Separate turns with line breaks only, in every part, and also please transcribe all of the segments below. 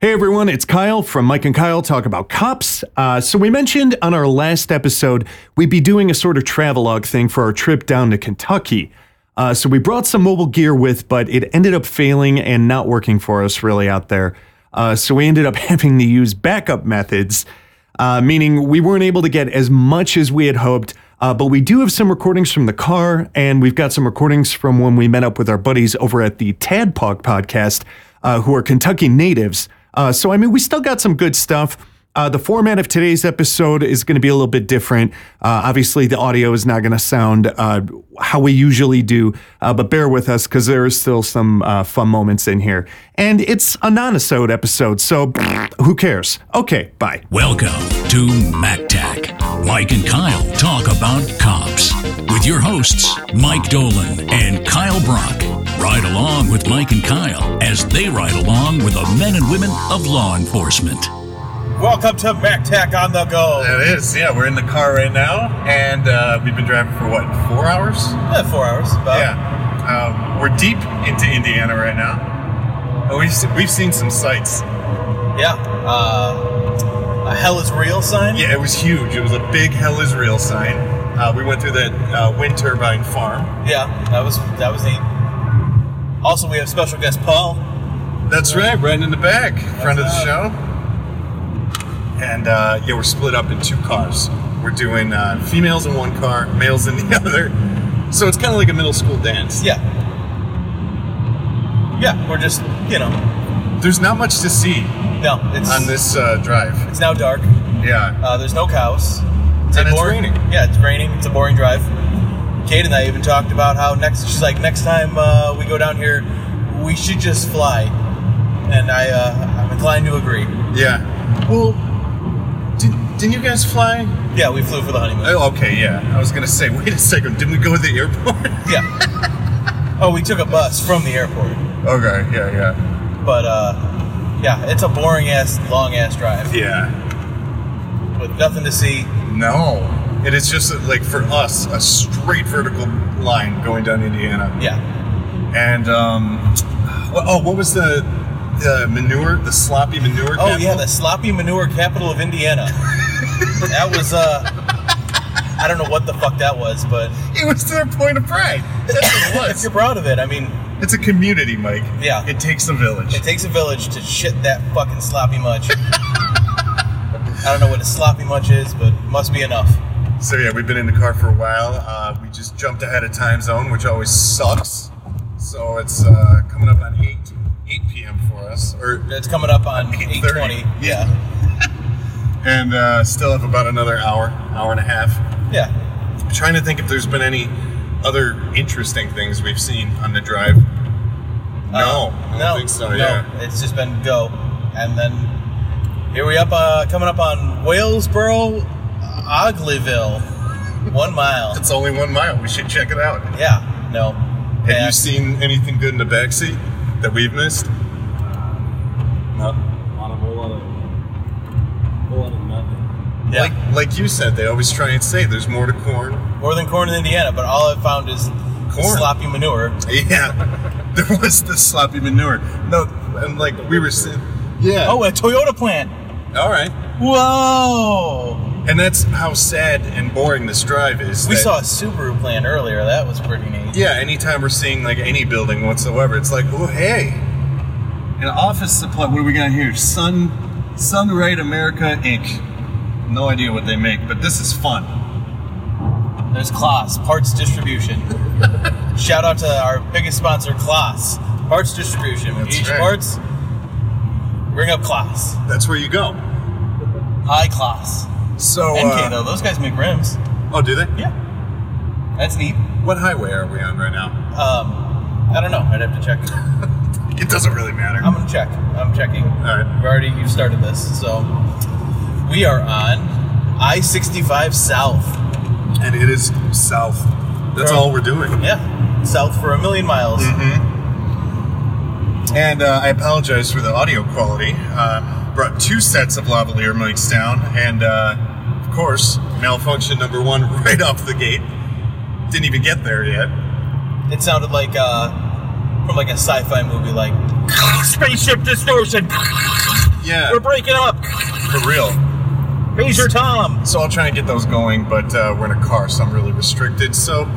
Hey everyone, it's Kyle from Mike and Kyle Talk About Cops. Uh, so, we mentioned on our last episode, we'd be doing a sort of travelogue thing for our trip down to Kentucky. Uh, so, we brought some mobile gear with, but it ended up failing and not working for us really out there. Uh, so, we ended up having to use backup methods, uh, meaning we weren't able to get as much as we had hoped. Uh, but we do have some recordings from the car, and we've got some recordings from when we met up with our buddies over at the Tadpog podcast, uh, who are Kentucky natives. Uh, so, I mean, we still got some good stuff. Uh, the format of today's episode is going to be a little bit different. Uh, obviously, the audio is not going to sound uh, how we usually do, uh, but bear with us because there is still some uh, fun moments in here. And it's a non-episode episode, so who cares? Okay, bye.
Welcome to MacTac. Mike and Kyle talk about cops with your hosts, Mike Dolan and Kyle Brock. Ride along with Mike and Kyle as they ride along with the men and women of law enforcement.
Welcome to MacTac on the go.
That is, yeah. We're in the car right now, and uh, we've been driving for what, four hours?
Yeah, four hours. About.
Yeah. Um, we're deep into Indiana right now. And We've se- we've seen some sights.
Yeah. Uh, a hell is real sign.
Yeah, it was huge. It was a big Hell is Real sign. Uh, we went through that uh, wind turbine farm.
Yeah. That was that was neat. Also, we have special guest Paul.
That's right, right in the back, friend of the
up?
show. And uh, yeah, we're split up in two cars. We're doing uh, females in one car, males in the other. So it's kind of like a middle school dance.
Yeah. Yeah. We're just you know
There's not much to see
no it's
on this uh, drive.
It's now dark.
Yeah.
Uh, there's no cows. a
And it's
boring-
raining.
Yeah, it's raining. It's a boring drive. Kate and I even talked about how next she's like next time uh, we go down here, we should just fly, and I uh, I'm inclined to agree.
Yeah. Well, did, didn't you guys fly?
Yeah, we flew for the honeymoon.
Oh, okay, yeah. I was gonna say, wait a second, didn't we go to the airport?
Yeah. Oh, we took a bus from the airport,
okay, yeah, yeah.
but uh, yeah, it's a boring ass, long ass drive
Yeah.
with nothing to see.
No. It is just like for us, a straight vertical line going down Indiana.
Yeah,
And, um, wh- oh, what was the, the manure, the sloppy manure?
Oh yeah,
capital?
the sloppy manure capital of Indiana. that was uh, I don't know what the fuck that was, but
It was their point of pride. That's what
if
it was.
you're proud of it, I mean,
It's a community, Mike.
Yeah.
It takes a village.
it takes a village to shit that fucking sloppy much. I don't know what a sloppy much is, but must be enough.
So yeah, we've been in the car for a while. Uh, we just jumped ahead of time zone, which always sucks. So it's uh, coming up on eight eight p.m. for us, or
It's coming up on 8:20.
8:30. and uh, still have about another hour, hour and a half.
yeah, yeah.
I'm trying to think if there's been any other interesting things we've seen on the drive. No, I don't
Uh, no,
think so.
no.
Yeah,
It's just been go, and then here we up uh, coming up on Walesboro, Ogleyville, one mile.
it's only one mile. We should check it out.
yeah, no.
Have
Yeah.
you seen anything good in the backseat that we've missed? No.
on a whole lot of whole lot of nothing.
Yeah.
Like like you said, they always try and say there's more to corn.
Northern corn in Indiana? But all I've found is
Corn.
sloppy manure.
Yeah, there was the sloppy manure. No, and like we were sitting. Yeah.
Oh, a Toyota plant.
all right.
Whoa!
And that's how sad and boring this drive is.
We
that-
saw a Subaru plant earlier. That was pretty neat.
Yeah, anytime we're seeing like any building whatsoever, it's like, oh hey, an office supply. What are we got here? Sun, Sunright America Inc. No idea what they make, but this is fun.
There's Kloss Parts Distribution. Shout out to our biggest sponsor, Kloss Parts Distribution. When you
That's
need your
right.
parts, ring up Kloss.
That's where you go.
High class.
So.
NK
uh,
though, those guys make rims.
oh, do they?
Yeah. That's neat.
What highway are we on right now?
Um, I don't know. I'd have to check.
It doesn't really matter.
I'm gonna check. I'm checking.
all right.
You've already you've started this, so we are on I-65 South.
And it is south. That's
Bro.
all we're doing.
Yeah, south for a million miles.
And uh, I apologize for the audio quality. Uh, brought two sets of lavalier mics down, and uh, of course, malfunction number one right off the gate. Didn't even get there yet.
It sounded like uh, from like a sci-fi movie, like
spaceship distortion.
Yeah.
We're breaking up.
For real.
Major Tom.
So I'll try and get those going, but uh, we're in a car, so I'm really restricted. So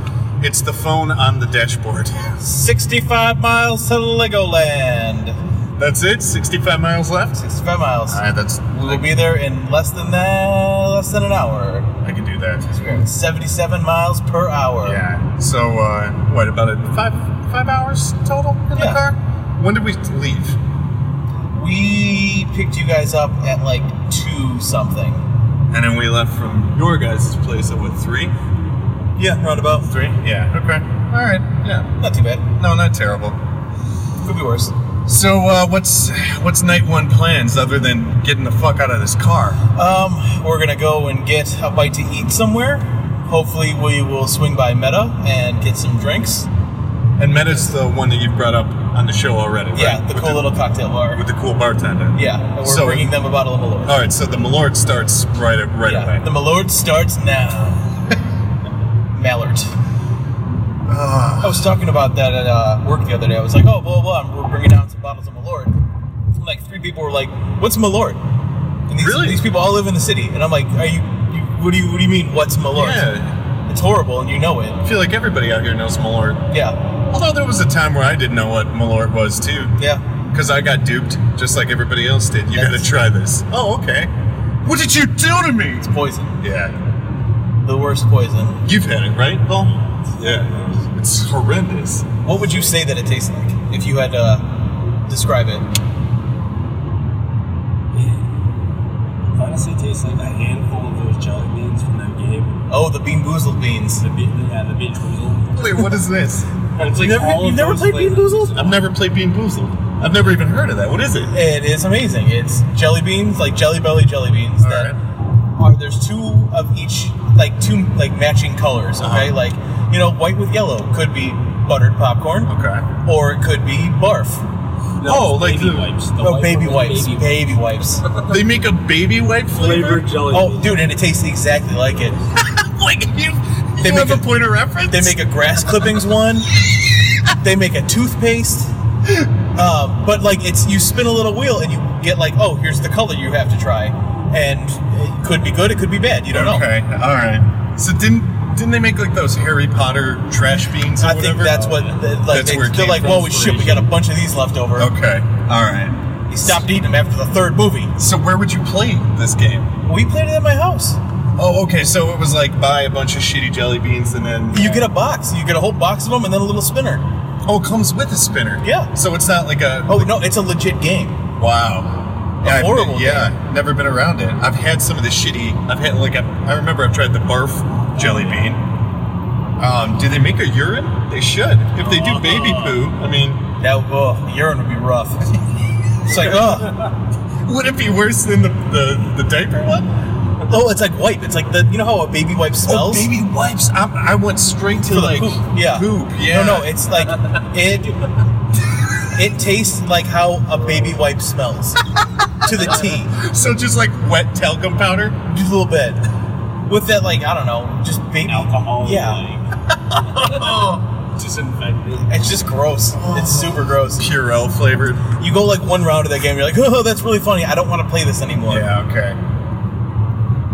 it's the phone on the dashboard.
65 miles to Legoland.
That's it. 65 miles left.
65 miles.
All right, that's
We'll be there in less than that, less than an hour.
I can do that.
77 miles per hour.
Yeah. So uh, what about it? Five five hours total in the
Yeah.
car. When did we leave?
We picked you guys up at like two something.
And then we left from your guys' place at what three?
Yeah, around about
Three. Yeah. Okay. All right. Yeah.
Not too bad.
No, not terrible.
Could be worse.
So uh, what's what's night one plans other than getting the fuck out of this car?
Um, we're gonna go and get a bite to eat somewhere. Hopefully, we will swing by Meta and get some drinks.
And Meta's the one that you've brought up on the show already. Right?
Yeah, the
With
cool little cocktail bar.
with the cool bartender.
yeah, and we're
So-
bringing them a bottle of Malort.
All right, so the Malort starts right right
yeah,
away.
the Malort starts now. Mallard.
Ah.
I was talking about that at uh, work the other day. I was like, oh, blah, blah, blah, we're bringing down some bottles of Malort. And like, three people were like, what's Malort? And these,
Really?
these people all live in the city. And I'm like, are you, you what do you, what do you mean, what's Malort?
yeah,
It's horrible and you know it.
I feel like everybody out here knows Malort.
Yeah,
Although there was a time where I didn't know what Malort was too,
yeah.
because I got duped just like everybody else did. You got to
That's-
try this. Oh, okay. What did you do to me?
Poison.
Yeah,
The worst poison.
you've had it, right, Paul? Yeah, it's horrendous.
What would you say that it tastes like if you had to uh, describe it?
Honestly, it tastes like a handful of those jelly beans from that game.
Oh, the Bean Boozled beans.
The bean, yeah, the bean boozled.
Wait, what is this?
It's like
never-
all of
you've never
those
played Bean
flavors.
Boozled?
I've never played Bean Boozled. I've never even heard of that. What is it?
It is amazing. It's jelly beans, like Jelly Belly jelly beans.
All
that
right.
are there's two of each, like two like matching colors. Okay,
Uh-huh.
like you know, white with yellow could be buttered popcorn,
Okay.
or it could be barf.
No,
Oh,
it's
like
baby
the-
wipes. The
Oh,
white
baby
one
wipes,
is
baby,
baby
wipes.
They make a baby wipe flavor.
flavored jelly.
oh,
beans.
dude, and it tastes exactly like it.
like you,
They make
you have a
a-
point of reference.
They make a grass clippings one. They make a toothpaste. Um, but like it's you spin a little wheel and you get like oh here's the color you have to try, and it could be good, it could be bad. You don't know.
Okay, all right. So didn't didn't they make like those Harry Potter trash beans? Or
I think
whatever?
that's what they- like
That's
they,
where it
they're
came
like
from,
whoa shit we got a bunch of these left over.
Okay, all right.
He stopped eating them after the third movie.
So where would you play this game?
We played it at my house.
Oh, okay. So it was like buy a bunch of shitty jelly beans and then
You get a box. You get a whole box of them and then a little spinner.
oh it comes with a spinner.
Yeah.
So it's not like a
Oh no, it's a legit game.
wow.
A
Yeah, I've-
horrible
yeah, never been around it. I've had some of the shitty. I've had like I, I remember I've tried the barf jelly bean. Um, do they make a urine? They should. If they do baby poo, I mean,
That oh, urine would be rough. It's like oh,
Would it be worse than the, the, the diaper one?
oh, it's like wipe. It's like the you know how a baby wipe smells.
Oh, baby wipes. I, I went straight to
For the
like
poop. Yeah.
poop. Yeah.
No, no, it's like it. It tastes like how a baby wipe smells to the T,
so just like wet talcum powder.
just a little bit. With that, like I don't know, just baby
alcohol.
Yeah,
Oh.
Like, disinfectant.
it's just gross. It's super gross.
Purell flavored.
You go like one round of that game, you're like, oh, that's really funny. I don't want to play this anymore.
Yeah. Okay.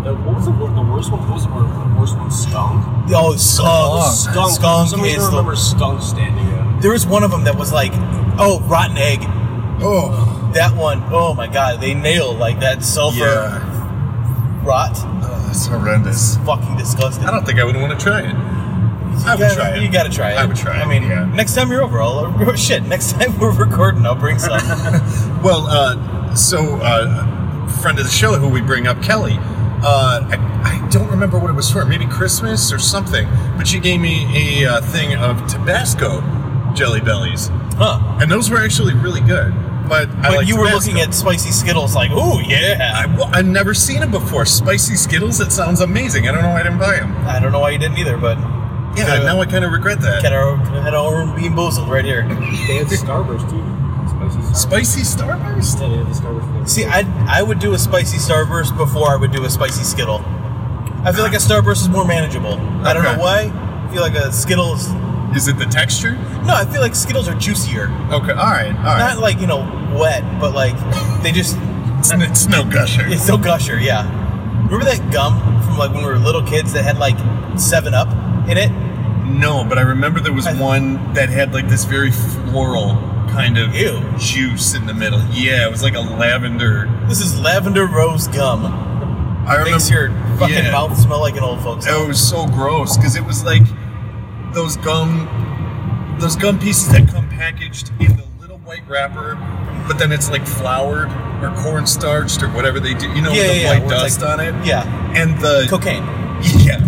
The, what was the, wor- the worst one? What was the wor- worst one? Skunk.
Oh, skunk.
Skunk.
Skunk,
For some reason,
is
I remember
the,
skunk standing out.
There was one of them that was like, oh, rotten egg.
Oh.
That one, oh my god, they nailed like that sulfur
Yeah.
rot.
Oh, that's horrendous.
Fucking disgusting.
I don't think I would want to try it. I would
You gotta-
try it.
You gotta try it.
I would try
I
it,
mean,
yeah.
next time you're over, I'll oh, shit. Next time we're recording, I'll bring some.
Well, uh, so uh, friend of the show who we bring up, Kelly. Uh, I, I don't remember what it was for, maybe Christmas or something. But she gave me a uh, thing of Tabasco jelly bellies,
huh?
and those were actually really good. But I
But
like
you were
Tabasco.
looking at spicy Skittles, like, ooh, yeah.
I, well, I've never seen them before. Spicy Skittles. It sounds amazing. I don't know why I didn't buy them.
I don't know why you didn't either, but
Yeah,
Yeah.
now I kind of regret that.
had our had our own bean boozled right here.
They had Starburst too. Spicy Starburst.
Spicy Starburst.
Yeah, they had the Starburst.
See, I I would do a spicy Starburst before I would do a spicy Skittle. I feel like a Starburst is more manageable. I don't
Okay.
know why. I feel like a Skittles.
Is it the texture?
No, I feel like Skittles are juicier.
Okay. All right. All right.
Not like you know wet, but like they just
It's, it's no gusher.
It's still Gusher, yeah. Remember that gum from like when we were little kids that had like Seven Up in it?
No, but I remember there was
I-
one that had like this very floral kind of
Ew.
juice in the middle. Yeah, it was like a lavender.
This is lavender rose gum.
I remember
Makes your fucking
yeah.
mouth smell like an old folks. home.
It was so gross because it was like those gum, those gum pieces that come packaged in the little white wrapper, but then it's like floured or cornstarched or whatever they do. You know, with the white
where it's
dust
like-
on it.
Yeah,
And the
cocaine.
Yeah,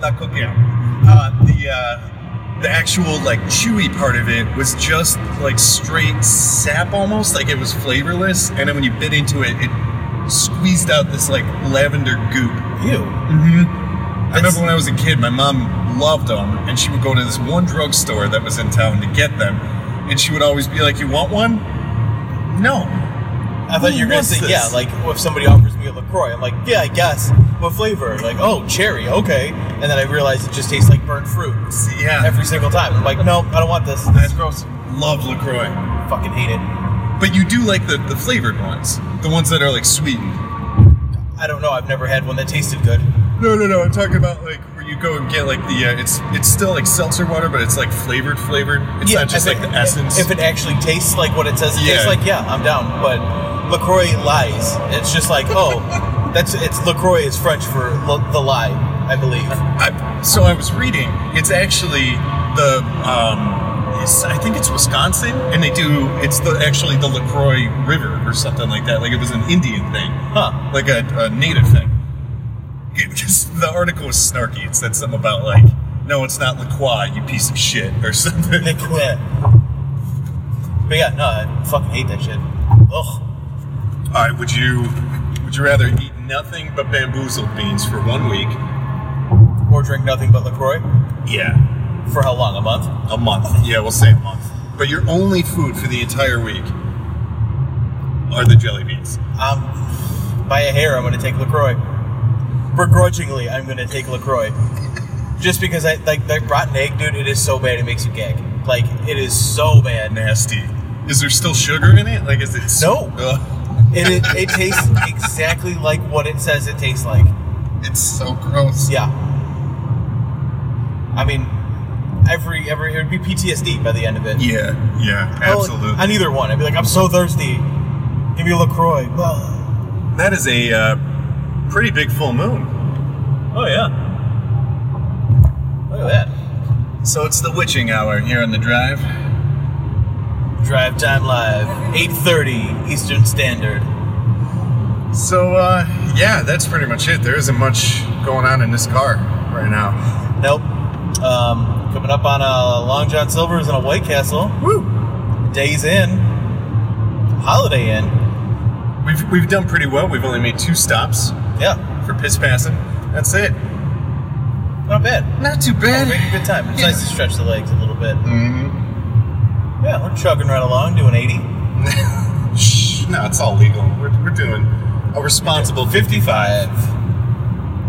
not cooking. Uh, the uh, the actual like chewy part of it was just like straight sap, almost like it was flavorless. And then when you bit into it, it squeezed out this like lavender goop. Mm-hmm.
Ew.
I remember when I was a kid, my mom loved them, and she would go to this one drugstore that was in town to get them, and she would always be like, "You want one?" No.
I thought you were gonna
What's
say
this?
yeah, like if somebody offers me a Lacroix, I'm like yeah, I guess. What flavor? Like oh, cherry, okay. And then I realized it just tastes like burnt fruit
See, yeah.
every single time. I'm like no, I don't want this.
That's gross. Love Lacroix.
I fucking hate it.
But you do like the, the flavored ones, the ones that are like sweetened.
I don't know. I've never had one that tasted good.
No, no, no. I'm talking about like where you go and get like the uh, it's it's still like seltzer water, but it's like flavored, flavored. It's not just
if
like
it-
the essence.
If it actually tastes like what it says it
Yeah.
tastes like, yeah, I'm down. But Lacroix lies. It's just like oh, that's it's Lacroix is French for l- the lie, I believe.
I, so I was reading. It's actually the um, it's, I think it's Wisconsin, and they do it's the actually the Lacroix River or something like that. Like it was an Indian thing,
Huh.
like a, a native thing. Because the article was snarky. It said something about like, no, it's not Lacroix, you piece of shit, or something.
They quit. But yeah, no, I fucking hate that shit. Ugh.
All right, would you would you rather eat nothing but bamboozled beans for one week?
Or drink nothing but LaCroix?
Yeah,
For how long? A month?
a month. Yeah, we'll say a month. But your only food for the entire week are the jelly beans.
Um, by a hair, I'm gonna take LaCroix. Begrudgingly, I'm gonna take LaCroix. Just because I like that rotten egg, dude, it is so bad it makes you gag. Like, it is so bad.
Nasty. Is there still sugar in it? Like, is it
No.
Ugh,
It, it, it tastes exactly like what it says it tastes like.
it's so gross.
Yeah. I mean, every, every, it would be PTSD by the end of it.
Yeah. Yeah.
Well,
Absolutely.
On either one. I'd be like, I'm so thirsty. Give me a LaCroix. Well,
that is a uh, pretty big full moon.
Oh yeah.
look at that.
So it's the witching hour here on the drive.
Drive Time Live, 8.30 Eastern Standard.
So uh, yeah, that's pretty much it. There isn't much going on in this car right now.
Nope. Um, coming up on a Long John Silver's and a White Castle.
Woo!
Days in. Holiday Inn.
We've, we've done pretty well. We've only made two stops
Yeah,
for piss passing. That's it.
not bad.
Not too
We're making a good time. It's nice to stretch the legs a little bit.
Mm-hmm.
Yeah, we're chugging right along, doing 80.
Shh. No, it's all legal. We're, we're doing a responsible 55.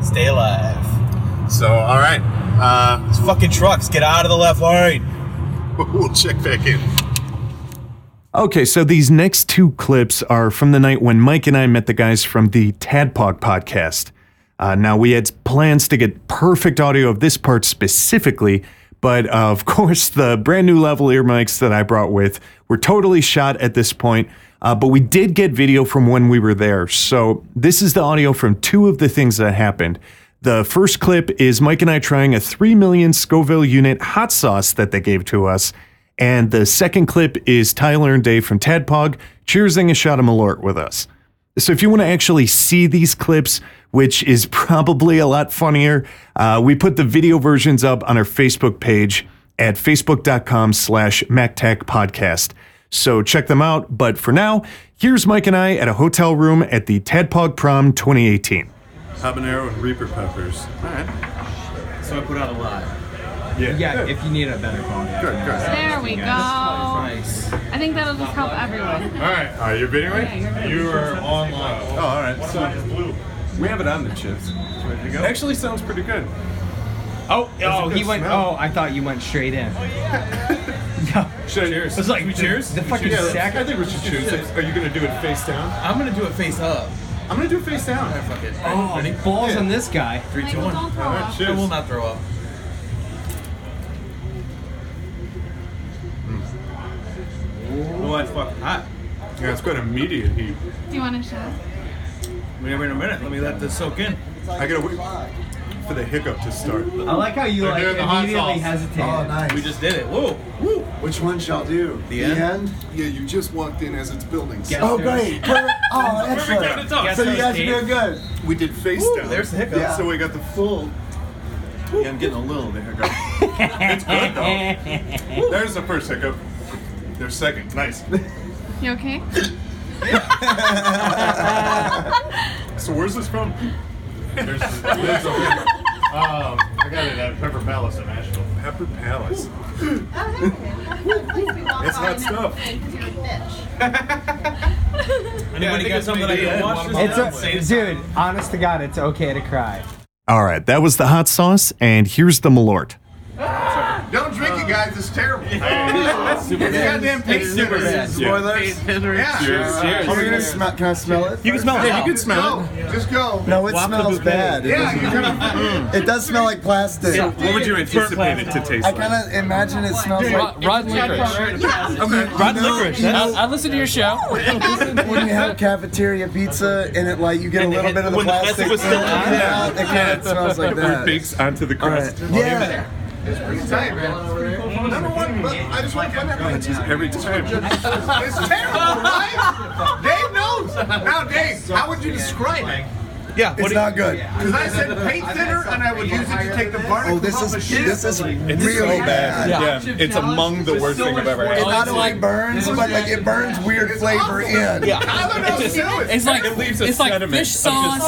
Stay alive.
So, all right. Uh,
It's fucking trucks. Get out of the left lane.
we'll check back in.
Okay, so these next two clips are from the night when Mike and I met the guys from the Tadpog podcast. Uh, now, we had plans to get perfect audio of this part specifically, but uh, of course, the brand new level ear mics that I brought with were totally shot at this point. Uh, but we did get video from when we were there. So, this is the audio from two of the things that happened. The first clip is Mike and I trying a 3 million Scoville unit hot sauce that they gave to us. And the second clip is Tyler and Dave from Tadpog cheersing a shot of Malort with us. So if you want to actually see these clips, which is probably a lot funnier, uh, we put the video versions up on our Facebook page at facebook.com slash mactechpodcast. So check them out. But for now, here's Mike and I at a hotel room at the Tadpog Prom 2018.
habanero and reaper peppers. All right.
So I put out a lot.
Yeah.
Yeah,
Good.
if you need a better quality. I
Good,
can-
good.
There we go. I
Nice.
think that'll just help everyone.
All right. Are you bidding right?
Yeah,
you are online. Oh, all right. So We have it on the chips. It's ready to go. Actually, sounds pretty good.
Oh,
a
oh,
good
he went.
smell.
Oh,
Oh, I thought you went straight in.
Should I cheers?
It's like
Should we
the-
cheers?
the
Should we
fucking
cheers?
sack-
I think we should choose. Like, are you gonna do it face down?
I'm gonna do it face up.
I'm gonna do it face down.
Alright, fuck it.
Oh,
Ready?
balls on this guy.
Three, two,
Michael,
one.
don't throw
All right,
up.
cheers.
I will not throw up.
Well, that's fucking hot. Yeah, it's quite immediate heat.
Do you want a shot?
Wait a minute, Let me let this soak in.
I gotta wait for the hiccup to start.
I like how you
They're
like
doing the hot
immediately
sauce.
hesitate.
Oh, nice.
We just did it. Whoa. Woo.
Which one shall do?
The end?
Yeah, you just walked in as it's building. So
Oh, great. Perfect. Oh, excellent.
Guess
So you
who's
guys are
Dave?
doing good.
we did face
Woo,
down.
There's the hiccup.
Yeah.
So we got the full. Yeah, I'm getting a little of the hiccup.
It's good though. There's the first hiccup. There's second. Nice.
You okay?
So where's this from? There's, there's a hiccup. Um, I got it at Pepper Palace in Nashville. Pepper Palace.
it's
hot stuff.
Anybody got something I can wash this down
It's
with?
a, dude, honest to God, it's okay to cry.
All right, that was the hot sauce, and here's the Malort.
Don't drink it, guys. It's terrible.
It's
goddamn pig
super
shit.
bad.
Spoilers.
Yeah.
Cheers.
Are we gonna smell? Can I smell it?
You can smell it. Yeah, you can smell it. Just go.
No, it smells bad. It
Yeah,
doesn't-
you're gonna.
It does smell like plastic.
What would you anticipate it to taste
I kind of imagine it smells like.
Rod licorice.
Rod licorice.
I listened to your show.
when you have cafeteria pizza and it like you get a little bit of the
when the
plastic.
plastic was still on?
yeah, it kind of smells like that.
Bakes onto the
All right.
crust.
Yeah.
It's tight, man. Number one, but I just want to find out.
Just every time.
It's terrible, right? Dave knows. Now, Dave, how would you describe it?
Yeah. What
It's
do you,
not good.
Because I said paint thinner, and I would use it to take the barnacle
Oh, this
off
is
a shit.
this is really bad.
Yeah, it's among the worst thing I've ever
It
had.
not only burns, but like it burns weird flavor in.
Tyler knows too. It's
like it leaves a it's sediment. Like fish sauce.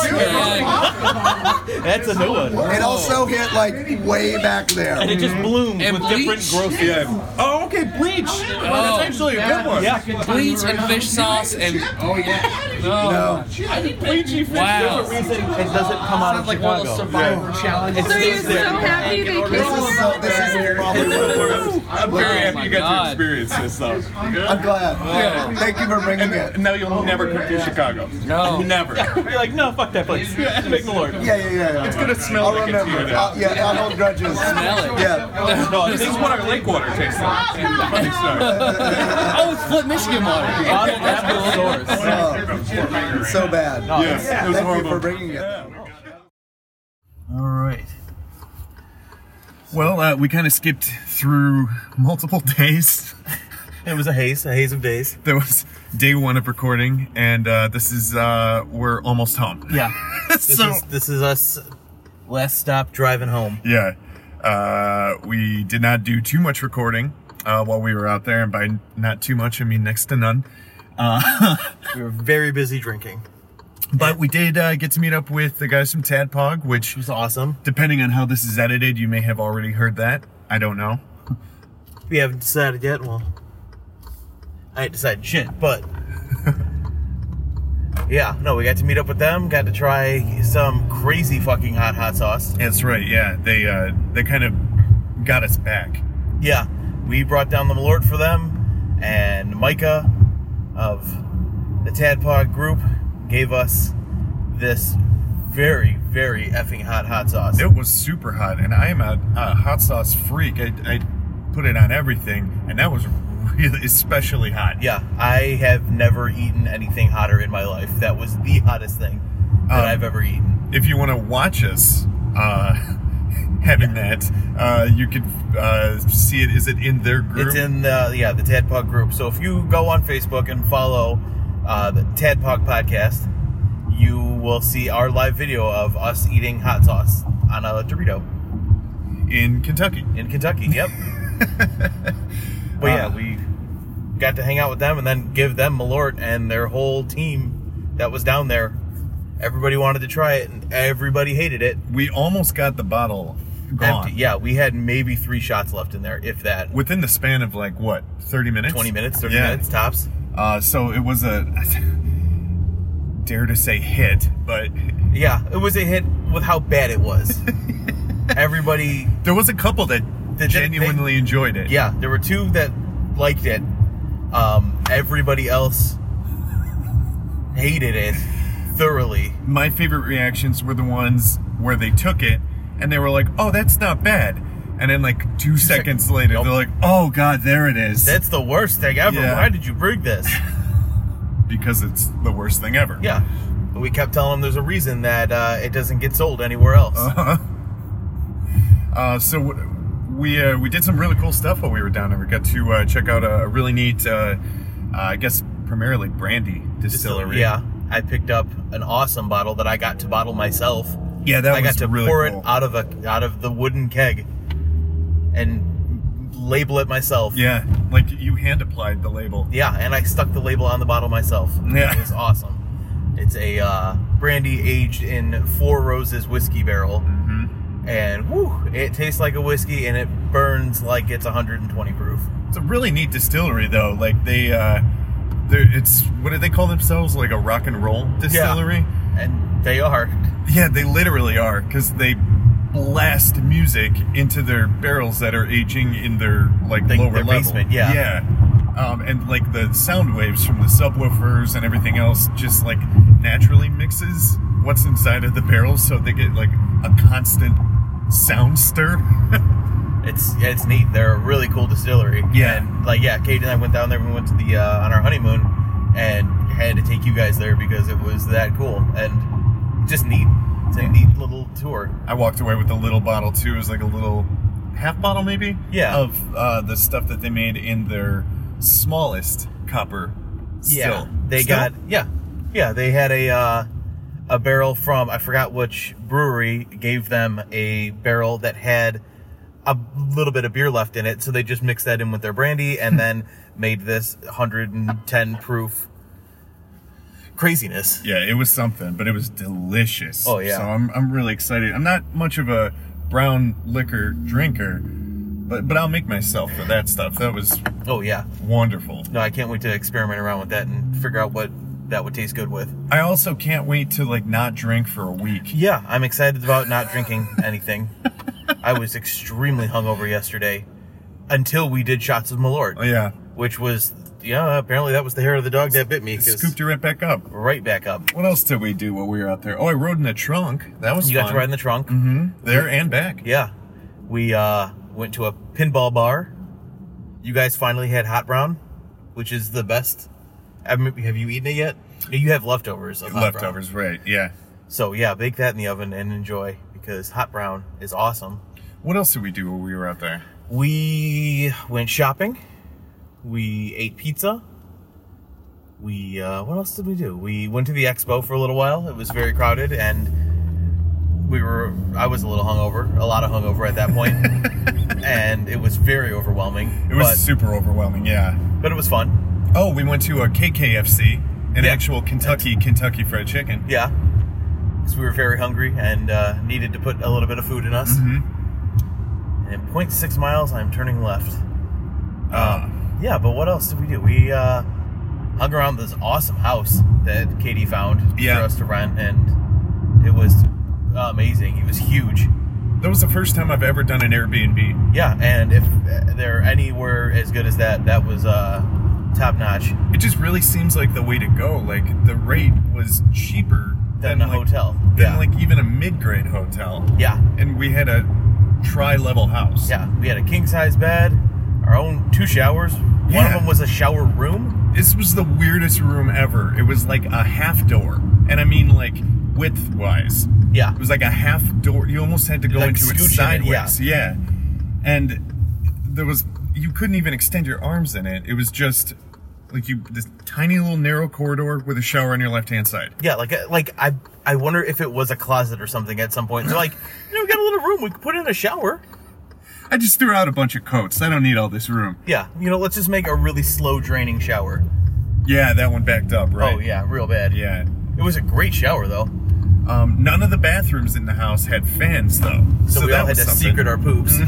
that's a new one.
It also hit like way back
And
there.
it just blooms with different growth.
yeah. Oh, okay, bleach. Oh, that's actually a good one.
Yeah.
Bleach and fish sauce and oh yeah.
No.
Bleachy fish.
Wow.
different
It doesn't come out of Chicago.
So you're so happy they
This is so, this is probably what it is.
reasons. I'm
Oh
very happy you got to
God.
experience this though.
I'm glad.
Yeah.
Thank you for bringing it.
No, you'll never come to Chicago.
No.
Never. It's
You're like, no, fuck that place. Make the Lord.
Yeah, yeah, yeah. yeah.
gonna smell
I'll
like a
remember. Uh, yeah, I'll hold grudges.
Smell it.
Yeah.
No, this is what our lake water tastes like. Funny story.
Oh, it's Flint, Michigan water.
Out of that source.
Oh, so bad.
Yes, it was
Thank you for
horrible.
bringing it.
All right.
Well, uh, we kind of skipped through multiple days.
It was a haze, a haze of days.
There was day one of recording, and uh, this is uh, we're almost home.
Yeah. This
so
is this is us. Last stop driving home.
yeah, uh, we did not do too much recording uh, while we were out there, and by not too much, I mean next to none.
We were very busy drinking.
But we did uh, get to meet up with the guys from Tadpog, which
It was awesome.
depending on how this is edited, you may have already heard that. I don't know.
We haven't decided yet. Well, I ain't decided shit, but yeah, no, we got to meet up with them. Got to try some crazy fucking hot hot sauce.
That's right. Yeah, they uh, they kind of got us back.
Yeah, we brought down the Malort for them, and Micah of the Tadpog group gave us this very very effing hot hot sauce.
It was super hot, and I am a, a hot sauce freak. I, I put it on everything, and that was really especially hot.
Yeah, I have never eaten anything hotter in my life. That was the hottest thing that
Um,
I've ever eaten.
If you want to watch us uh, having that, uh, you could uh, see it. Is it in their group?
It's in the yeah the Tadpog group. So if you go on Facebook and follow uh, the Tadpog podcast, you will see our live video of us eating hot sauce on a Dorito
in Kentucky.
in Kentucky. Yep. but yeah, we got to hang out with them and then give them Malort and their whole team that was down there. Everybody wanted to try it and everybody hated it.
We almost got the bottle gone.
Empty. Yeah, we had maybe three shots left in there, if that.
Within the span of like what, thirty minutes?
20 minutes, 30
Yeah.
minutes tops.
Uh, so it was a dare to say hit, but
Yeah, it was a hit with how bad it was. Everybody,
there was a couple that
They- they-
genuinely enjoyed it.
yeah, there were two that liked it. Um, everybody else hated it thoroughly.
My favorite reactions were the ones where they took it and they were like, "Oh, that's not bad," and then like two, seconds later, they're like, "Oh God, there it is."
That's the worst thing ever.
Yeah.
Why did you bring this?
because it's the worst thing ever.
Yeah. But we kept telling them there's a reason that uh, it doesn't get sold anywhere else.
Uh-huh. Uh, so w- we uh, we did some really cool stuff while we were down there. We got to uh, check out a really neat, uh, uh, I guess primarily brandy distillery.
Yeah, I picked up an awesome bottle that I got to bottle myself.
Yeah, that
I got
was
to
really
pour
cool.
it out of a out of the wooden keg and label it myself.
Yeah, like you hand applied the label.
Yeah, and I stuck the label on the bottle myself.
Yeah.
it was awesome. It's a uh, brandy aged in Four Roses whiskey barrel,
Mm-hmm.
and whew, it tastes like a whiskey, and it burns like it's 120 proof.
It's a really neat distillery though. Like they, uh, they're- it's what do they call themselves? Like a rock and roll distillery.
And they are.
Yeah, they literally are because they blast music into their barrels that are aging in their like
They-
lower
their
level.
basement, yeah.
yeah. Um, and like the sound waves from the subwoofers and everything else just like naturally mixes what's inside of the barrels, so they get like a constant sound stir.
It's yeah, it's neat. They're a really cool distillery.
Yeah.
And like yeah, Katie and I went down there. We went to the uh, on our honeymoon, and had to take you guys there because it was that cool and just neat. It's a neat little tour.
I walked away with a little bottle too. It was like a little half bottle, maybe.
Yeah.
Of uh, the stuff that they made in their smallest copper.
Yeah,
still.
they
Still?
got yeah, yeah. They had a uh, a barrel from I forgot which brewery gave them a barrel that had a little bit of beer left in it, so they just mixed that in with their brandy and then made this 110 proof craziness.
Yeah, it was something, but it was delicious.
Oh, yeah.
So I'm, I'm really excited. I'm not much of a brown liquor drinker, but but I'll make myself for that stuff. That was
Oh yeah,
wonderful.
no, I can't wait to experiment around with that and figure out what that would taste good with.
I also can't wait to like not drink for a week.
Yeah, I'm excited about not drinking anything. I was extremely hungover yesterday until we did shots of Malort.
Oh yeah.
which was yeah apparently that was the hair of the dog that bit me 'cause-
Scooped you right back up.
right back up
What else did we do while we were out there? Oh, I rode in the trunk. That was
you got
fun.
to ride in the trunk
there and back.
yeah we uh went to a pinball bar you guys finally had hot brown which is the best I mean, have you eaten it yet No, you have leftovers of hot brown.
Leftovers, right? Yeah.
so yeah bake that in the oven and enjoy because hot brown is awesome
What else did we do while we were out there?
we went shopping we ate pizza we uh, what else did we do we went to the expo for a little while it was very crowded and we were i was a little hungover a lot of hungover at that point and it was very overwhelming
It was super overwhelming. Yeah.
but, but it was fun
Oh, we went to a KKFC, an
Yeah.
actual Kentucky Kentucky Fried Chicken.
yeah because we were very hungry and uh, needed to put a little bit of food in us
Mm-hmm.
and at 0.6 miles i'm turning left
Uh,
yeah but what else did we do we uh, hung around this awesome house that katie found
Yeah.
for us to rent and it was amazing it was huge
that was the first time I've ever done an Airbnb.
Yeah, and if uh, they're anywhere as good as that, that was uh, top notch
It just really seems like the way to go. Like the rate was cheaper
than a
like,
hotel.
than
yeah.
like even a mid-grade hotel,
yeah,
and we had a tri-level house.
yeah. We had a king size bed, our own two showers. One of
Yeah.
them was a shower room.
This was the weirdest room ever. It was like a half door, and I mean like width-wise.
Yeah,
It was like a half door. You almost had to go
Like
into it
scooching it,
sideways. yeah. And there was you couldn't even extend your arms in it. It was just like you this tiny little narrow corridor with a shower on your left hand side.
yeah. Like uh, like I I wonder if it was a closet or something at some point. They're like, you know, we got a little room. We could put in a shower.
I just threw out a bunch of coats. I don't need all this room.
Yeah, you know, let's just make a really slow draining shower.
Yeah, that one backed up, right?
Oh yeah, real bad.
Yeah.
It was a great shower though.
Um, none of the bathrooms in the house had fans though.
So, we
that
all had
was
to
something. Mm-hmm.
secret our poops.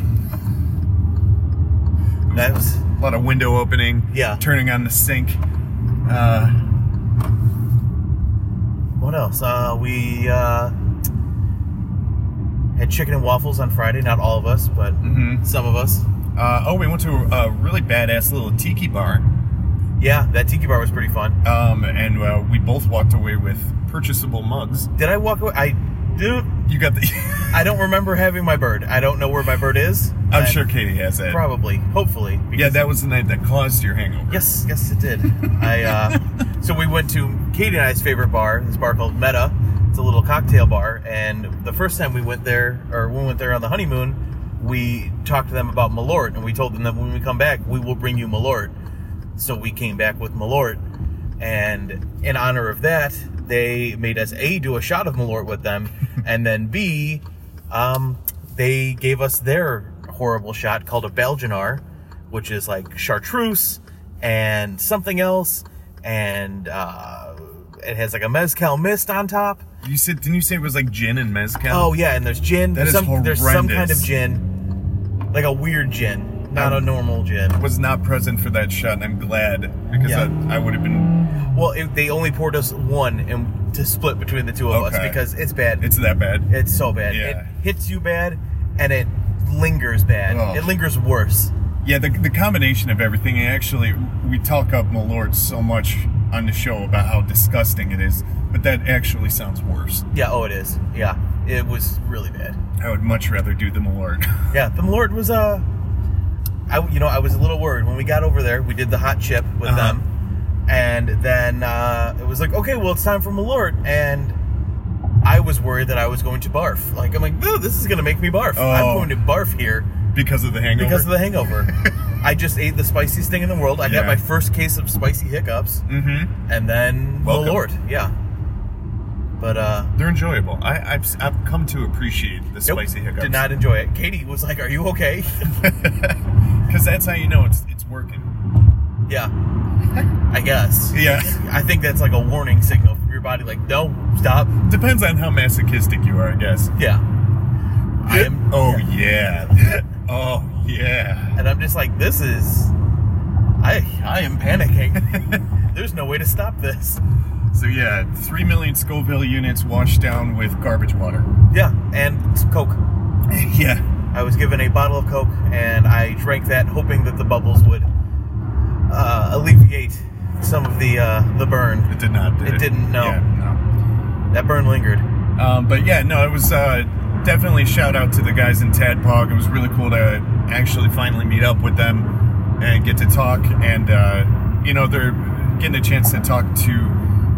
That was
a lot of window opening.
Yeah.
Turning on the sink. Uh,
What else? Uh, we uh,
Mm-hmm.
had chicken and waffles on Friday. Not all of us, but some of us.
hmm. Uh, oh, we went to a really badass little tiki bar.
Yeah, that tiki bar was pretty fun.
Um, and uh, we both walked away with purchasable mugs.
Did I walk away? I did.
You got the.
I don't remember having my bird. I don't know where my bird is.
I'm
but
sure Katie has that.
Probably, hopefully.
Yeah, that was the night that caused your hangover.
Yes, yes, it did. I uh, so we went to Katie and I's favorite bar, this bar called Meta. It's a little cocktail bar, and the first time we went there, or when we went there on the honeymoon, we talked to them about Malort, and we told them that when we come back, we will bring you Malort. So we came back with Malort, and in honor of that, they made us a do a shot of Malort with them, and then b, um, they gave us their horrible shot called a Belgianar, which is like chartreuse and something else, and uh, it has like a mezcal mist on top.
You said, didn't you say it was like gin and mezcal?
Oh yeah, and there's gin.
That is
some, There's some kind
horrendous.
of gin, like a weird gin, not a normal gin.
was not present for that shot, and I'm glad because
Yeah.
I, I would have been.
Well, it, they only poured us one and to split between the two of us
Okay.
because it's bad.
It's that bad.
It's so bad.
Yeah.
It hits you bad, and it lingers bad.
Ugh.
It lingers worse.
Yeah, the, the combination of everything. and Actually, we talk up Malort so much on the show about how disgusting it is, but that actually sounds worse.
Yeah. Oh, it is. Yeah. It was really bad.
I would much rather do the Malort.
Yeah. The Lord was uh, I you know I was a little worried when we got over there. We did the hot chip with
Uh-huh.
them, and then uh, it was like, okay, well it's time for Malort, and I was worried that I was going to barf. Like I'm like, "Ugh, this is gonna make me barf.
Oh.
I'm going to barf here.
because of the hangover.
Because of the hangover. I just ate the spiciest thing in the world. I got
Yeah.
my first case of spicy hiccups,
Mm-hmm.
and then the
Welcome.
Lord, yeah. But uh,
They're enjoyable. I, I've I've come to appreciate the
nope,
spicy hiccups.
did not enjoy it. Katie was like, "Are you okay?"
because that's how you know it's it's working.
yeah, I guess.
Yeah,
I think that's like a warning signal from your body, like, "No, stop."
depends on how masochistic you are, I guess.
Yeah, I am,
Oh yeah. oh yeah.
and I'm just like, "This is." I I am panicking. There's no way to stop this.
So yeah, three million Scoville units washed down with garbage water.
Yeah, and Coke.
yeah.
I was given a bottle of Coke, and I drank that, hoping that the bubbles would uh, alleviate some of the uh, the burn.
It did not. Did
It
it,
didn't, no.
Yeah,
That burn lingered.
no. Um, but yeah, no. It was uh, definitely a shout out to the guys in Tadpog. It was really cool to actually finally meet up with them and get to talk. And uh, you know, they're getting a chance to talk to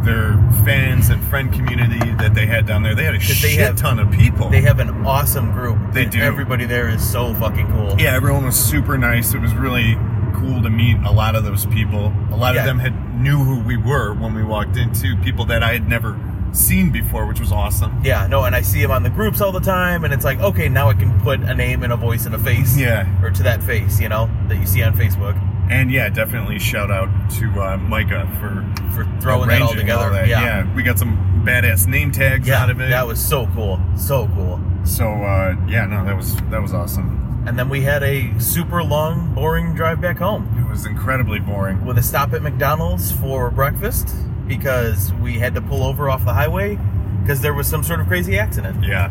their fans and friend community that they had down there. They had a shit
they have-
ton of people.
They have an awesome group.
They
and
do.
Everybody there is so fucking cool.
yeah, everyone was super nice. It was really cool to meet a lot of those people. A lot
Yeah.
of them had knew who we were when we walked into people that I had never seen before, which was awesome.
Yeah, no, and I see him on the groups all the time, and it's like, okay, now I can put a name and a voice and a face.
Yeah.
Or to that face, you know, that you see on Facebook
And yeah, definitely shout out to uh, Micah for
for throwing that all
arranging
together.
that.
Yeah.
we got some badass name tags
Yeah,
out of it.
that was so cool. So cool.
so. Uh, yeah, no, that was that was awesome.
And then we had a super long, boring drive back home.
It was incredibly boring.
with a stop at McDonald's for breakfast because we had to pull over off the highway because there was some sort of crazy accident.
Yeah,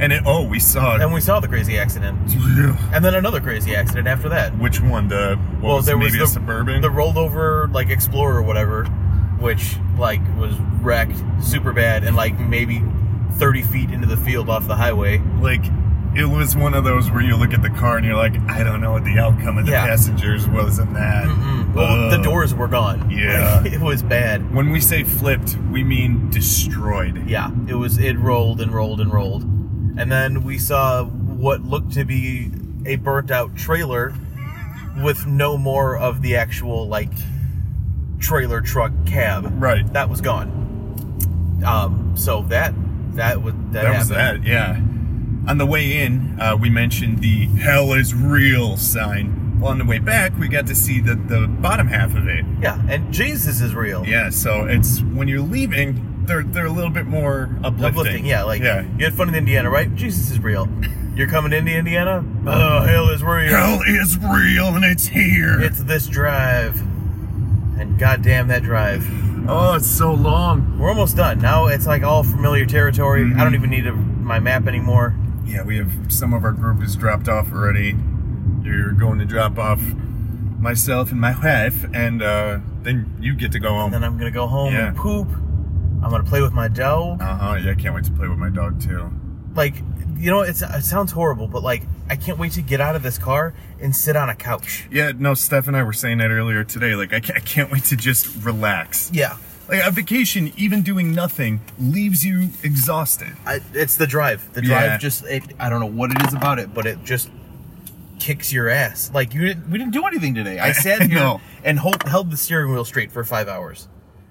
and it, oh, we saw
And we saw the crazy accident. And then another crazy accident after that.
which one the what was it, maybe a suburban.
the rolled over like Explorer or whatever, which like was wrecked super bad and like maybe 30 feet into the field off the highway.
like it was one of those where you look at the car and you're like, I don't know what the outcome of the
Yeah.
passengers was in that.
Mm-mm. Mm. Well,
Ugh.
the doors were gone.
Uh, Yeah.
it was bad.
When we say flipped, we mean destroyed.
Yeah, it was. It rolled and rolled and rolled, and then we saw what looked to be a burnt out trailer with no more of the actual like trailer truck cab.
Right.
That was gone. Um. So that that was that,
That was
happened.
that. Yeah. On the way in, uh, we mentioned the "Hell is real" sign. Well, on the way back, we got to see the the bottom half of it.
Yeah, and Jesus is real.
Yeah. So it's when you're leaving, they're they're a little bit more uplifting.
Uplifting, yeah, like
yeah.
you had fun in Indiana, right? Jesus is real. You're coming into Indiana? Oh, hell is real.
Uh, Hell is real and it's here.
It's this drive. And goddamn that drive.
oh, it's so long.
We're almost done. Now it's like all familiar territory.
Mm-hmm.
I don't even need a, my map anymore.
Yeah, we have some of our group is dropped off already. You're going to drop off myself and my wife, and uh, then you get to go home.
Then I'm gonna go home
Yeah.
and poop. I'm gonna play with my dog.
Uh huh. Yeah, I can't wait to play with my dog too.
Like, you know, it's, it sounds horrible, but like, I can't wait to get out of this car and sit on a couch.
Yeah, no, Steph and I were saying that earlier today. Like, I can't, I can't wait to just relax.
Yeah.
Like, a vacation, even doing nothing, leaves you exhausted.
I, it's the drive. The
Yeah.
drive just, it, I don't know what it is about it, but it just kicks your ass. Like, you didn't, we didn't do anything today. I sat here
know.
and hold, held the steering wheel straight for five hours.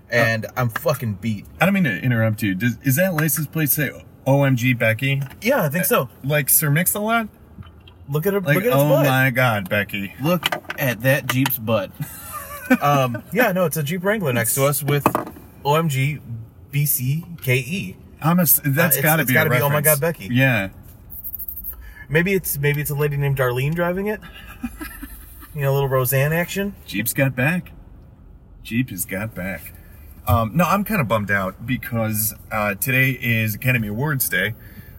And
Uh.
I'm fucking beat.
I don't mean to interrupt you. Does, is that license plate say OMG Becky?
Yeah, I think so.
Like Sir Mix a lot?
Look at her.
Uh, Like,
look at his
oh
butt.
my God, Becky.
Look at that Jeep's butt. um, yeah, no, it's a Jeep Wrangler next to us with OMG BCKE.
I'm a, s- that's
it's-
gotta
it's
be
gotta
a
be, oh my
reference.
God, Becky.
Yeah.
Maybe it's maybe it's a lady named Darlene driving it. you know, a little Roseanne action.
Jeep's got back. Jeep has got back. Um, no, I'm kind of bummed out because uh, today is Academy Awards Day,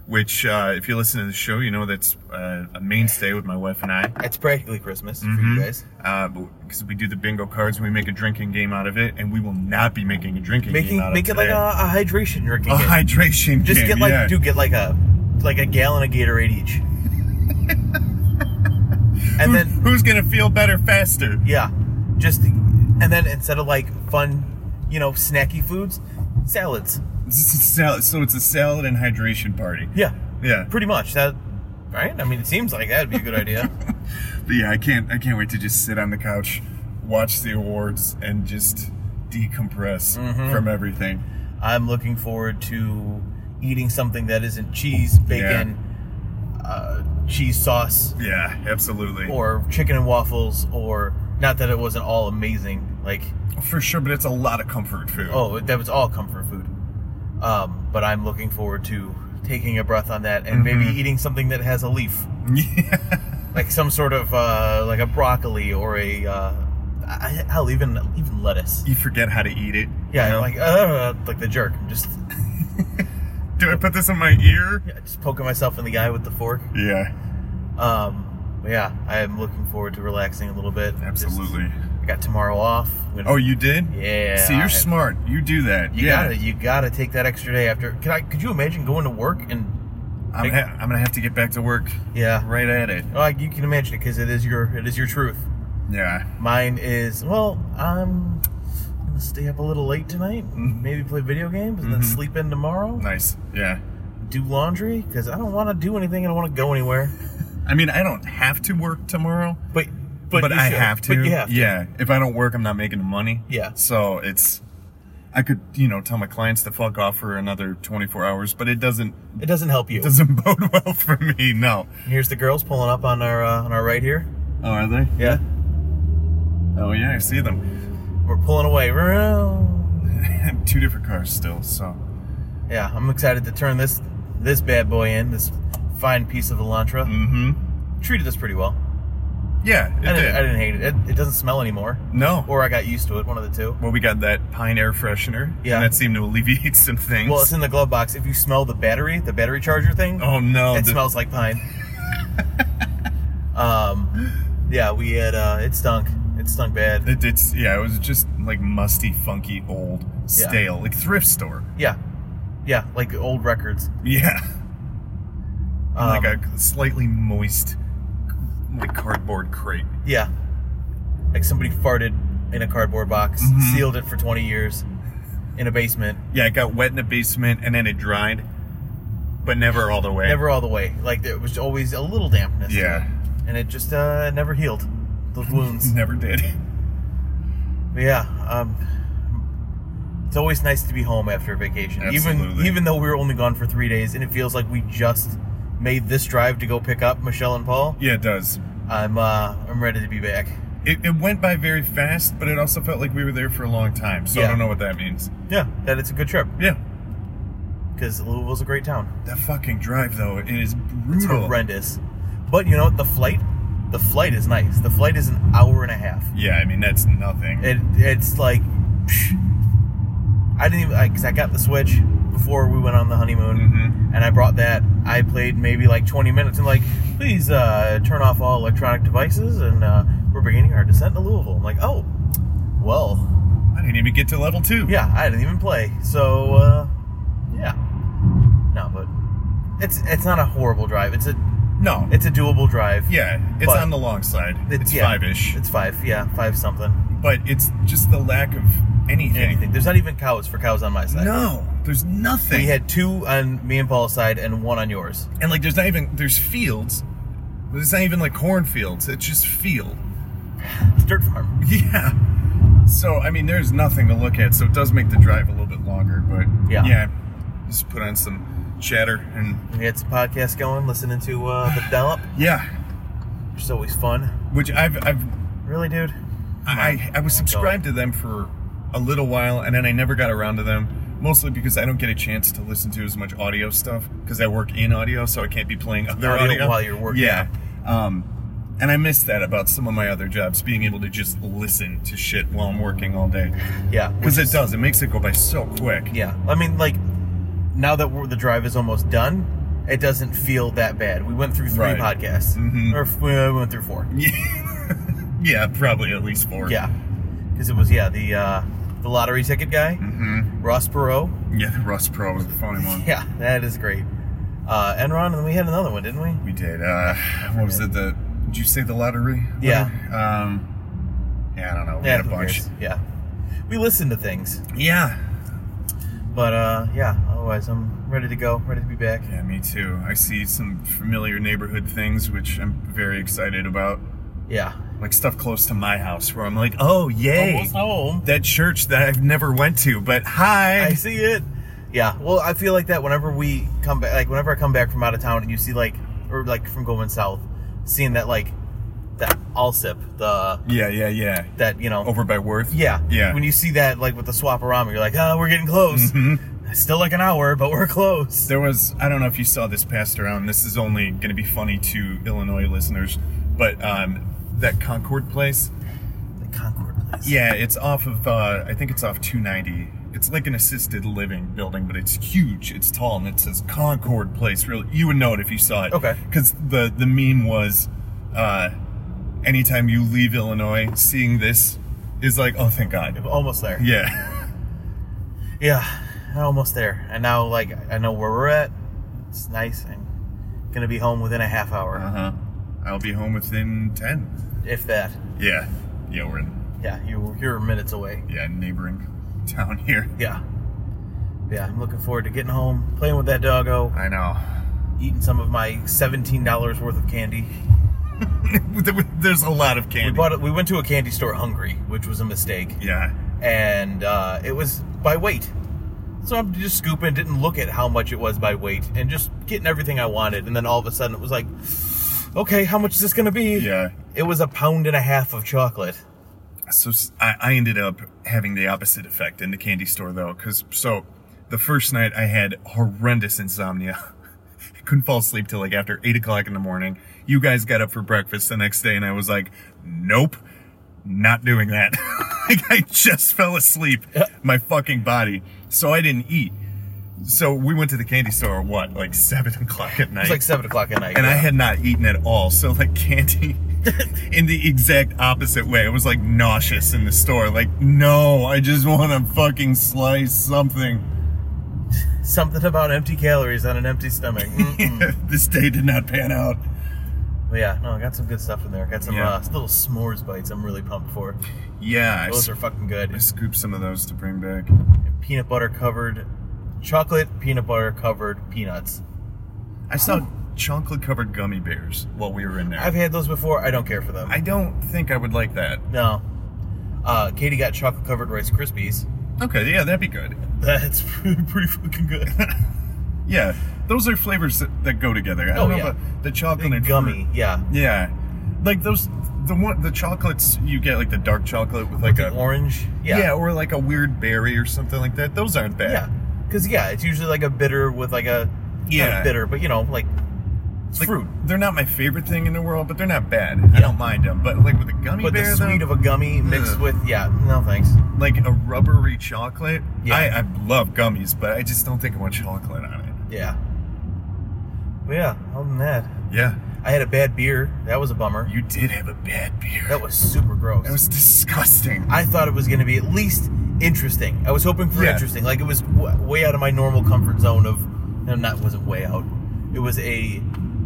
which, uh, if you listen to the show, you know that's uh, a mainstay with my wife and I. uh,
It's practically Christmas for you guys.
Because we do the bingo cards and we make a drinking game out of it, and we will not be making a drinking
Making
game out
make it
of
like
today. Oh,
a, a hydration drinking.
A
game.
hydration
Just
game,
get like
yeah.
dude, get like a like a gallon of Gatorade each. and then
Who's gonna feel better faster?
Yeah. Just and then instead of like fun, you know, snacky foods, salads.
This is salad- So it's a salad and hydration party.
Yeah.
Yeah.
Pretty much. That right? I mean it seems like that'd be a good idea.
But yeah, I can't. I can't wait to just sit on the couch, watch the awards, and just decompress
Mm-hmm.
from everything.
I'm looking forward to eating something that isn't cheese, bacon, uh, cheese sauce,
Yeah, absolutely.
or chicken and waffles, or not that it wasn't all amazing. Like,
For sure, but it's a lot of comfort food.
oh, that was all comfort food. Um, but I'm looking forward to taking a breath on that and maybe eating something that has a leaf, like some sort of uh, like a broccoli or a uh, I, hell, even even lettuce.
you forget how to eat it.
Yeah,
you know?
like uh, like the jerk. I'm just
do I put this in my ear?
yeah, just poking myself in the eye with the fork.
Yeah,
Um, but yeah, I am looking forward to relaxing a little bit. Just-
absolutely.
I got tomorrow off. I'm gonna-
Oh, you did?
Yeah.
See, you're
I-
smart. You do that.
You
yeah.
gotta, you gotta take that extra day after. Can I? Could you imagine going to work and?
I'm, ha- I'm gonna have to get back to work
Yeah.
right at it.
Well, Oh, you can imagine it because it is your, it is your truth.
Yeah.
Mine is well, I'm gonna stay up a little late tonight, and maybe play video games, and then sleep in tomorrow.
Mm-hmm. Nice. Yeah.
Do laundry because I don't want to do anything. I don't want to go anywhere.
I mean, I don't have to work tomorrow.
But, but,
but,
you
I
should.
have to.
But you have to.
Yeah. If I don't work, I'm not making the money.
Yeah.
So it's, I could you know tell my clients to fuck off for another 24 hours, but it doesn't
It doesn't help you.
doesn't bode well for me. No.
Here's the girls pulling up on our, uh, on our right here.
Oh, are they?
Yeah.
Oh yeah, I see them.
We're pulling away.
Two different cars still. So
Yeah, I'm excited to turn this this bad boy in. This fine piece of Elantra treated us pretty well.
Mm-hmm. yeah, Mm. it
I
did.
didn't, I didn't hate it. it. It doesn't smell anymore,
No.
or I got used to it. One of the two.
well, we got that Pine air freshener.
Yeah.
And that seemed to alleviate some things.
Well, it's in the glove box. If you smell the battery, the battery charger thing,
oh no.
it
the-
smells like pine. um, yeah, we had uh, it stunk. It stunk bad.
It, it's yeah, it was just like musty, funky, old, stale, like thrift store.
Yeah, yeah, like old records.
Yeah,
Um,
like a slightly moist, like cardboard crate.
Yeah. Like somebody farted in a cardboard box,
Mm-hmm.
sealed it for 20 years in a basement.
Yeah, it got wet in the basement and then it dried, but never all the way.
Never all the way. Like there was always a little dampness. to
Yeah.
it. And it just uh never healed. Those wounds.
never did.
But yeah. Um it's always nice to be home after a vacation. Even
Absolutely.
even though we were only gone for 3 days and it feels like we just made this drive to go pick up Michelle and Paul,
Yeah, it does.
I'm uh I'm ready to be back.
It, it went by very fast, but it also felt like we were there for a long time. So
Yeah.
I don't know what that means.
Yeah, that it's a good trip
Yeah,
because Louisville's a great town.
that fucking drive though, it is
It's
brutal.
horrendous. But you know what? The flight, the flight is nice. The flight is an hour and a half.
Yeah, I mean that's nothing.
It it's like psh. I didn't even like 'cause I got the Switch before we went on the honeymoon, and I brought that. I played maybe like 20 minutes, and like please uh, turn off all electronic devices, and uh, we're beginning our descent to Louisville. I'm like, oh, well.
I didn't even get to level two.
Yeah, I didn't even play. So, uh, yeah. No, but it's it's not a horrible drive. It's a
no.
It's a doable drive.
Yeah, it's
but
on the long side. It's
yeah,
five-ish.
It's five. Yeah, five something.
But it's just the lack of anything.
Anything. There's not even cows for cows on my side.
No, there's nothing.
We had two on me and Paul's side and one on yours.
and like there's not even there's fields. But it's not even like cornfields. It's just field.
dirt farm.
Yeah. So I mean, there's nothing to look at. So it does make the drive a little bit longer. But
Yeah.
yeah. Just put on some chatter and
We had some podcasts going, listening to uh, the Dollop.
yeah.
It's always fun.
Which I've I've
really dude.
I I was subscribed to them for a little while and then I never got around to them. Mostly because I don't get a chance to listen to as much audio stuff because I work in audio, so I can't be playing other
Audio
audio,
while you're working.
Yeah, um, and I miss that about some of my other jobs, being able to just listen to shit while I'm working all day.
Yeah,
because it does. It makes it go by so quick.
Yeah, I mean, like now that we're, the drive is almost done, it doesn't feel that bad. We went through three
Right.
podcasts,
Mhm.
or f- we went through four.
Yeah, probably at least four.
Yeah, because it was yeah the uh, the lottery ticket guy,
Mm-hmm.
Ross Perot.
Yeah, the Rust Pro was a funny one.
Yeah, that is great. Uh, Enron, and we had another one, didn't we?
We did. Uh, what was it? The did you say the lottery?
Yeah.
Um, yeah, I don't know. We
yeah,
had a
who
bunch.
cares? Yeah, we listen to things,
Yeah.
but uh, yeah. Otherwise, I'm ready to go, ready to be back.
Yeah, me too. I see some familiar neighborhood things, which I'm very excited about.
Yeah,
Like stuff close to my house, where I'm like, oh yay,
almost home.
that church that I've never went to, but hi.
I see it. Yeah. Well, I feel like that whenever we come back, like whenever I come back from out of town, and you see like, or like from going south, seeing that like, that Allsip, the
yeah, yeah, yeah.
that you know,
Over by Worth.
yeah,
Yeah.
When you see that like with the swaparama, you're like, oh, we're getting close.
Mm-hmm.
Still like an hour, but we're close.
There was, I don't know if you saw this passed around. This is only going to be funny to Illinois listeners, but um, that Concord place.
The Concord place.
Yeah, it's off of, uh, I think it's off 290. It's like an assisted living building, but it's huge. It's tall, and it says Concord Place. Really, you would know it if you saw it.
Okay.
Because the the meme was, uh, anytime you leave Illinois, seeing this is like, oh, thank God.
Almost there.
Yeah.
Yeah, almost there. And now, like, I know where we're at. It's nice. I'm gonna be home within a half hour,
Uh huh. I'll be home within ten.
if that.
Yeah. Yeah, we're in
Yeah, you you're minutes away.
yeah neighboring town here.
Yeah. Yeah, I'm looking forward to getting home, playing with that doggo,
I know.
eating some of my $17 worth of candy.
There's a lot of
We
candy.
bought it, we went to a candy store hungry, which was a mistake.
yeah.
And uh, it was by weight. So I'm just scooping, didn't look at how much it was by weight, and just getting everything I wanted. And then all of a sudden it was like, okay, how much is this going to be?
Yeah.
It was a pound and a half of chocolate.
So s- I, I ended up having the opposite effect in the candy store though, because so the first night I had horrendous insomnia. I couldn't fall asleep till like after eight o'clock in the morning. You guys got up for breakfast the next day, and I was like, nope, not doing that. like I just fell asleep, my fucking body. So I didn't eat. So we went to the candy store. What, like seven o'clock at night?
It was like 7 o'clock at night.
and I
yeah.
had not eaten at all. So like candy in the exact opposite way. I was like nauseous in the store. Like, no, I just want to fucking slice something.
something about empty calories on an empty stomach. Mm.
this day did not pan out.
but yeah, no, I got some good stuff in there. Got some
Yeah.
uh, little s'mores bites I'm really pumped for.
Yeah, I,
Those
s-
are fucking
I
good.
scooped some of those to bring back.
Peanut butter covered, chocolate peanut butter covered peanuts.
I saw chocolate covered gummy bears while we were in there.
I've had those before. I don't care for them.
I don't think I would like that.
no. Uh, Katie got chocolate covered Rice Krispies.
Okay, yeah, that'd be good.
That's pretty, pretty fucking good.
Yeah, those are flavors that, that go together. I
Oh,
don't know
yeah.
about the chocolate and fruit.
Gummy, yeah.
Yeah, like those the one the chocolates you get like the dark chocolate with like
The
a
orange, yeah.
or like a weird berry or something like that. Those aren't bad.
Yeah. Because, yeah, it's usually like a bitter with like a. not
Yeah.
bitter, but you know, like. It's
Like,
fruit.
They're not my favorite thing in the world, but they're not bad.
Yeah.
I don't mind them. But like with a gummy
But
bear,
the sweet
though,
of a gummy mixed
Ugh.
with, yeah, no thanks.
like a rubbery chocolate.
Yeah.
I, I love gummies, but I just don't think I want chocolate on it.
Yeah. But yeah, other than that,
Yeah.
I had a bad beer. That was a bummer.
You did have a bad beer.
That was super gross.
That was disgusting.
I thought it was going to be at least interesting. I was hoping for
Yeah.
interesting. Like it was w- way out of my normal comfort zone of, no, not wasn't way out. It was a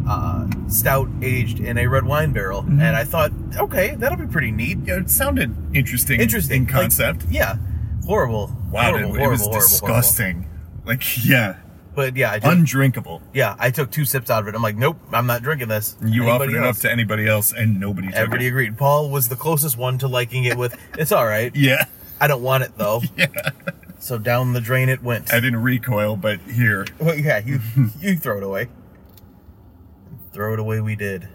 uh, stout aged in a red wine barrel, and I thought, okay, that'll be pretty neat.
Mm-hmm. Yeah, it sounded interesting.
Interesting
in
like,
concept.
yeah, horrible.
wow,
horrible,
dude,
horrible,
it was
horrible, horrible.
disgusting. Like, yeah,
But yeah, I just,
undrinkable.
yeah, I took two sips out of it. I'm like, nope, I'm not drinking this.
You
Anybody
offered it up
else?
to anybody else, and nobody took
Everybody
it.
agreed. Paul was the closest one to liking it with, it's all right.
Yeah,
I don't want it though. yeah. So down the drain it went.
I didn't recoil, but here,
Well, yeah, you you throw it away. Throw it away. We did.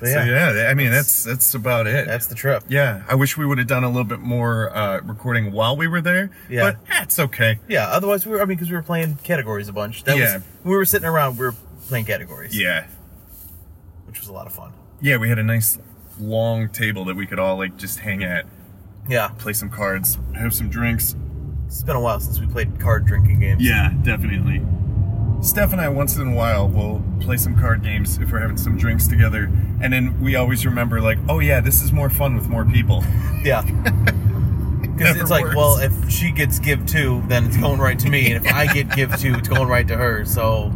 But
So
yeah,
yeah, I mean that's that's about it.
that's the trip.
yeah, I wish we would have done a little bit more uh, recording while we were there.
Yeah.
but that's okay.
Yeah. Otherwise, we were. I mean, because we were playing categories a bunch. That
Yeah.
was we were sitting around. We were playing categories.
Yeah,
Which was a lot of fun.
yeah, we had a nice long table that we could all like just hang at,
Yeah.
play some cards, have some drinks.
It's been a while since we played card drinking games.
Yeah, definitely. Steph and I, once in a while, will play some card games if we're having some drinks together. And then we always remember, like, oh, yeah, this is more fun with more people.
Yeah. Because
Never
it's like,
works.
well, if she gets give two, then it's going right to me, and if I get give two, it's going right to her. So,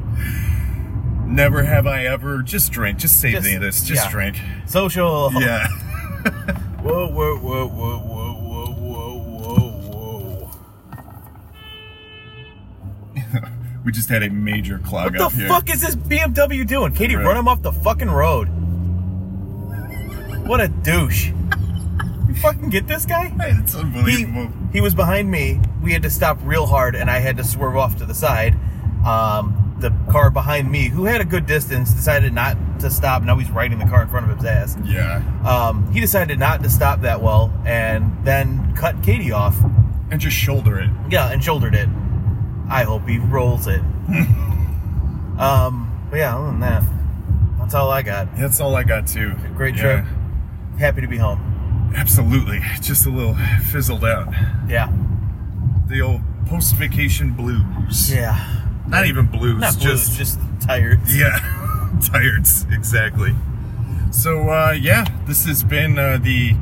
Never have I ever. Just drink. Just save
Just-
the this. Just
yeah.
drink.
social.
Yeah.
Whoa, whoa, whoa, whoa, whoa, whoa, whoa, whoa, whoa.
We just had a major clog
What
up
the
here.
fuck is this BMW doing? Katie,
Right.
run him off the fucking road. What a douche. You fucking get this guy?
It's
He,
unbelievable.
he was behind me. We had to stop real hard and I had to swerve off to the side. Um, the car behind me, who had a good distance, decided not to stop. Now he's riding the car in front of his ass.
yeah.
Um, he decided not to stop that well and then cut Katie off.
And just shoulder it.
Yeah, and shouldered it. I hope he rolls it. um, but yeah, other than that, that's all I got.
That's all I got, too.
Great
Yeah.
trip. Happy to be home.
Absolutely. Just a little fizzled out.
Yeah.
The old post vacation blues.
Yeah.
Not even blues,
Not blues,
just.
just tired.
Yeah, tired. Exactly. So uh, yeah, this has been uh, the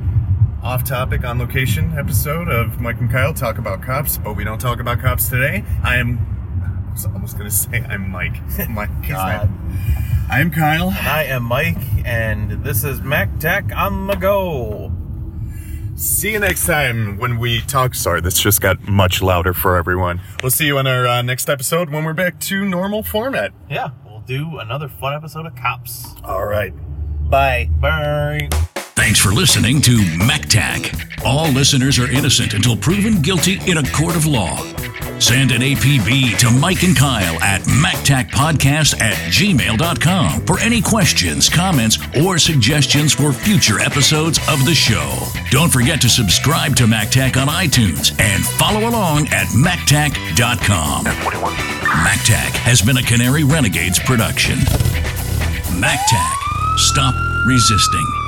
off-topic, on-location episode of Mike and Kyle talk about cops, but we don't talk about cops today. I am. I was almost gonna say I'm Mike. My God. I'm Kyle.
And I am Mike, and this is Mac Tech on the go.
See you next time when we talk. Sorry, this just got much louder for everyone. We'll see you in our uh, next episode when we're back to normal format.
Yeah, we'll do another fun episode of Cops.
All right.
Bye. Bye.
Thanks for listening to MacTac. All listeners are innocent until proven guilty in a court of law. Send an APB to Mike and Kyle at MacTacPodcast at gmail.com for any questions, comments, or suggestions for future episodes of the show. Don't forget to subscribe to MacTac on iTunes and follow along at MacTac.com. MacTac has been a Canary Renegades production. MacTac. Stop resisting.